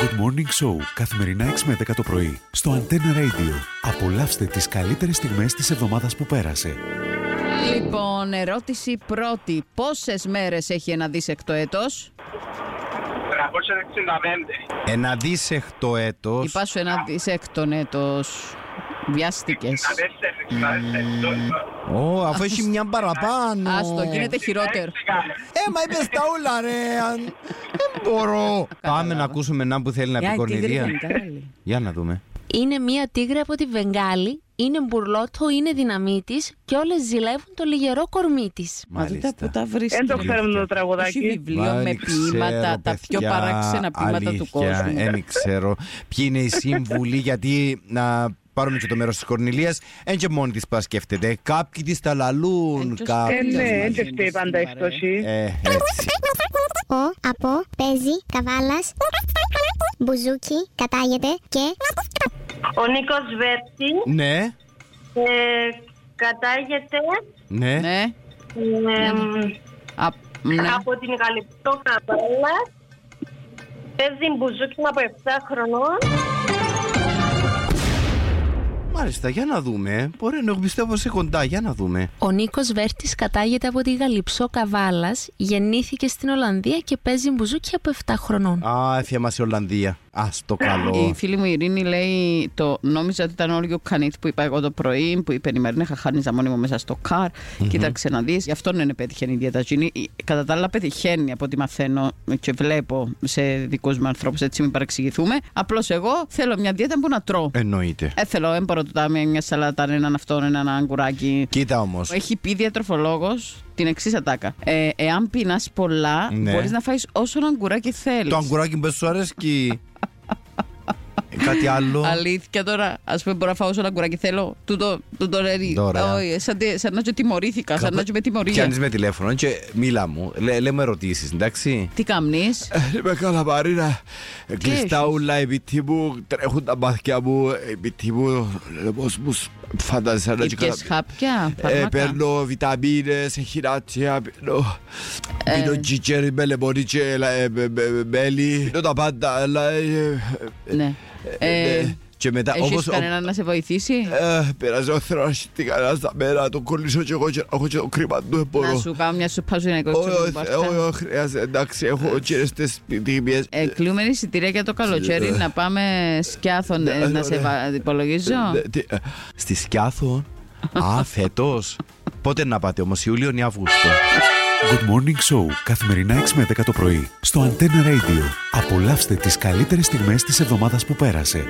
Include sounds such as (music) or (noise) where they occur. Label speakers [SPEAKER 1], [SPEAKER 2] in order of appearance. [SPEAKER 1] Good Morning Show, καθημερινά 6 με 10 το πρωί, στο Antenna Radio. Απολαύστε τις καλύτερες στιγμές της εβδομάδας που πέρασε.
[SPEAKER 2] Λοιπόν, ερώτηση πρώτη. Πόσες μέρες έχει ένα δίσεκτο έτος?
[SPEAKER 3] 365.
[SPEAKER 4] Ένα δίσεκτο έτος.
[SPEAKER 2] Είπα σου ένα δίσεκτον έτος. Βιάστηκες.
[SPEAKER 3] 64, 64.
[SPEAKER 4] Ω, αφού έχει μια παραπάνω.
[SPEAKER 2] Άστο, γίνεται χειρότερο.
[SPEAKER 4] Ε, μα είπες τα όλα ρε. αν- Δεν μπορώ. Πάμε να ακούσουμε έναν που θέλει να πει Κορνηλία. Για να δούμε.
[SPEAKER 5] Είναι μία τίγρη από τη Βενγάλη, είναι μπουρλότο, είναι δυναμίτης και όλες ζηλεύουν το λιγερό κορμί της.
[SPEAKER 2] Μα δείτε που
[SPEAKER 4] Μάλιστα.
[SPEAKER 2] τα βρίσκεις.
[SPEAKER 3] Δεν το ξέρουμε το
[SPEAKER 2] Έχει
[SPEAKER 3] τραγουδάκι.
[SPEAKER 2] βιβλίο με
[SPEAKER 4] Δεν
[SPEAKER 2] ποίηματα,
[SPEAKER 4] ξέρω,
[SPEAKER 2] τα πιο
[SPEAKER 4] παιδιά,
[SPEAKER 2] παράξενα ποίηματα του
[SPEAKER 4] αλήθεια,
[SPEAKER 2] κόσμου.
[SPEAKER 4] ε, Δεν ξέρω ποιοι είναι οι σύμβουλοι, γιατί να πάρουμε και το μέρος της Κορνηλίας. Εν και μόνη τη που τα σκέφτεται. Κάποιοι της τα λαλούν,
[SPEAKER 2] Εν και
[SPEAKER 4] κάποιοι.
[SPEAKER 3] Ε, ναι,
[SPEAKER 2] Μάλιστα.
[SPEAKER 3] δεν και φταίει πάντα η φτώχη.
[SPEAKER 4] Ε, έτσι.
[SPEAKER 6] Ο, από, παίζει, καβάλας, μπουζούκι, κατάγεται και...
[SPEAKER 7] Ο Νίκος Βέρτη
[SPEAKER 4] ναι,
[SPEAKER 7] ε, κατάγεται
[SPEAKER 4] ναι.
[SPEAKER 2] Ναι.
[SPEAKER 7] ε,
[SPEAKER 2] Α, ναι.
[SPEAKER 7] από την Γαλλιπτό Καβάλας. Παίζει μπουζούκι από 7 χρονών.
[SPEAKER 4] Μάλιστα, για να δούμε. Μπορεί να πιστεύω σε κοντά, για να δούμε.
[SPEAKER 5] Ο Νίκος Βέρτης κατάγεται από τη Γαλιψό Καβάλας, γεννήθηκε στην Ολλανδία και παίζει μπουζούκι από 7 χρονών.
[SPEAKER 4] Α, έφυγε μας η Ολλανδία. Ας, το
[SPEAKER 2] Η
[SPEAKER 4] καλό.
[SPEAKER 2] φίλη μου η Ειρήνη λέει το νόμιζα ότι ήταν all you can eat που είπα εγώ το πρωί, που είπε η Μαρίνα Χαχάνιζα μόνιμο μέσα στο καρ. Κοίταξε να δεις, γι' αυτό είναι πετυχαίνει η διαταζίνη. Κατά τα άλλα, πετυχαίνει από ό,τι μαθαίνω και βλέπω σε δικούς μου ανθρώπους, έτσι μην παρεξηγηθούμε. Απλώς εγώ θέλω μια δίαιτα που να τρώω.
[SPEAKER 4] Εννοείται.
[SPEAKER 2] Ε, θέλω έμπορο του τάμι, μια σαλάτα, έναν αυτόν, έναν αγκουράκι.
[SPEAKER 4] Κοίτα όμως.
[SPEAKER 2] Έχει πει διατροφολόγο την εξής ατάκα. Ε, εάν πεινάς πολλά,
[SPEAKER 4] Ναι.
[SPEAKER 2] μπορείς να φάει όσο αγκουράκι θέλεις.
[SPEAKER 4] Το αγκουράκι που σου αρέσκει. Ε, Κάτι άλλο.
[SPEAKER 2] Αλήθεια τώρα, ας πούμε, μπορώ να φάω όσο αγκουράκι θέλω. Τούτο, τούτο ρερί.
[SPEAKER 4] Ωραία.
[SPEAKER 2] Όχι, σαν, τε- σαν να και τιμωρήθηκα, σαν να και με τιμωρία.
[SPEAKER 4] Πιάνεις με τηλέφωνο και μίλα μου. Λέ, λέμε ερωτήσεις, εντάξει.
[SPEAKER 2] Τι καμνεί.
[SPEAKER 4] Είμαι Ε, καλά Μαρίνα, κλειστά
[SPEAKER 2] έχεις?
[SPEAKER 4] ούλα επί μου, τρέχουν τα μάτια μου, επί μου, πώς μου σ- φαντάζεσαι να
[SPEAKER 2] Ήπιε
[SPEAKER 4] τσικαλαπεί.
[SPEAKER 2] χάπια,
[SPEAKER 4] Ε,
[SPEAKER 2] φάρμακα.
[SPEAKER 4] παίρνω βιταμίνες, χειράτια, πίνω,
[SPEAKER 2] Ε.
[SPEAKER 4] πίνω τζιτζέρι με λεμονί και λα- ε, με- με- με
[SPEAKER 2] Ε.
[SPEAKER 4] μέλι, πίνω τα πάντα, αλλά... ε, ε,
[SPEAKER 2] Ναι.
[SPEAKER 4] ε,
[SPEAKER 2] Ε,
[SPEAKER 4] ναι. Και μετά,
[SPEAKER 2] Έχεις
[SPEAKER 4] όπως...
[SPEAKER 2] κανένα να σε βοηθήσει.
[SPEAKER 4] Ε, Πέρασε ο Θράσης την καλά στα μέρα, τον κολλήσω και εγώ και έχω και το κρίμα του, δεν
[SPEAKER 2] Να
[SPEAKER 4] μπορώ. ε,
[SPEAKER 2] σου κάνω μια σουπά ζωγενικό
[SPEAKER 4] Όχι, όχι, όχι, χρειάζεται, εντάξει, έχω κυρεστές στιγμές.
[SPEAKER 2] ε, κλείουμε εισιτήρια για το καλοκαίρι
[SPEAKER 4] Ε,
[SPEAKER 2] να πάμε σκιάθον
[SPEAKER 4] ναι,
[SPEAKER 2] ε, να σε
[SPEAKER 4] ωραία.
[SPEAKER 2] βα- υπολογίζω.
[SPEAKER 4] Ε, τι, ε, Στη
[SPEAKER 2] (laughs)
[SPEAKER 4] Σκιάθο. Α, φέτος. Πότε να πάτε όμως, Ιούλιο ή Αύγουστο.
[SPEAKER 1] Good Morning Show, καθημερινά 6 με 10 το πρωί, στο Antenna Radio. Απολαύστε τις καλύτερες στιγμές της εβδομάδας που πέρασε.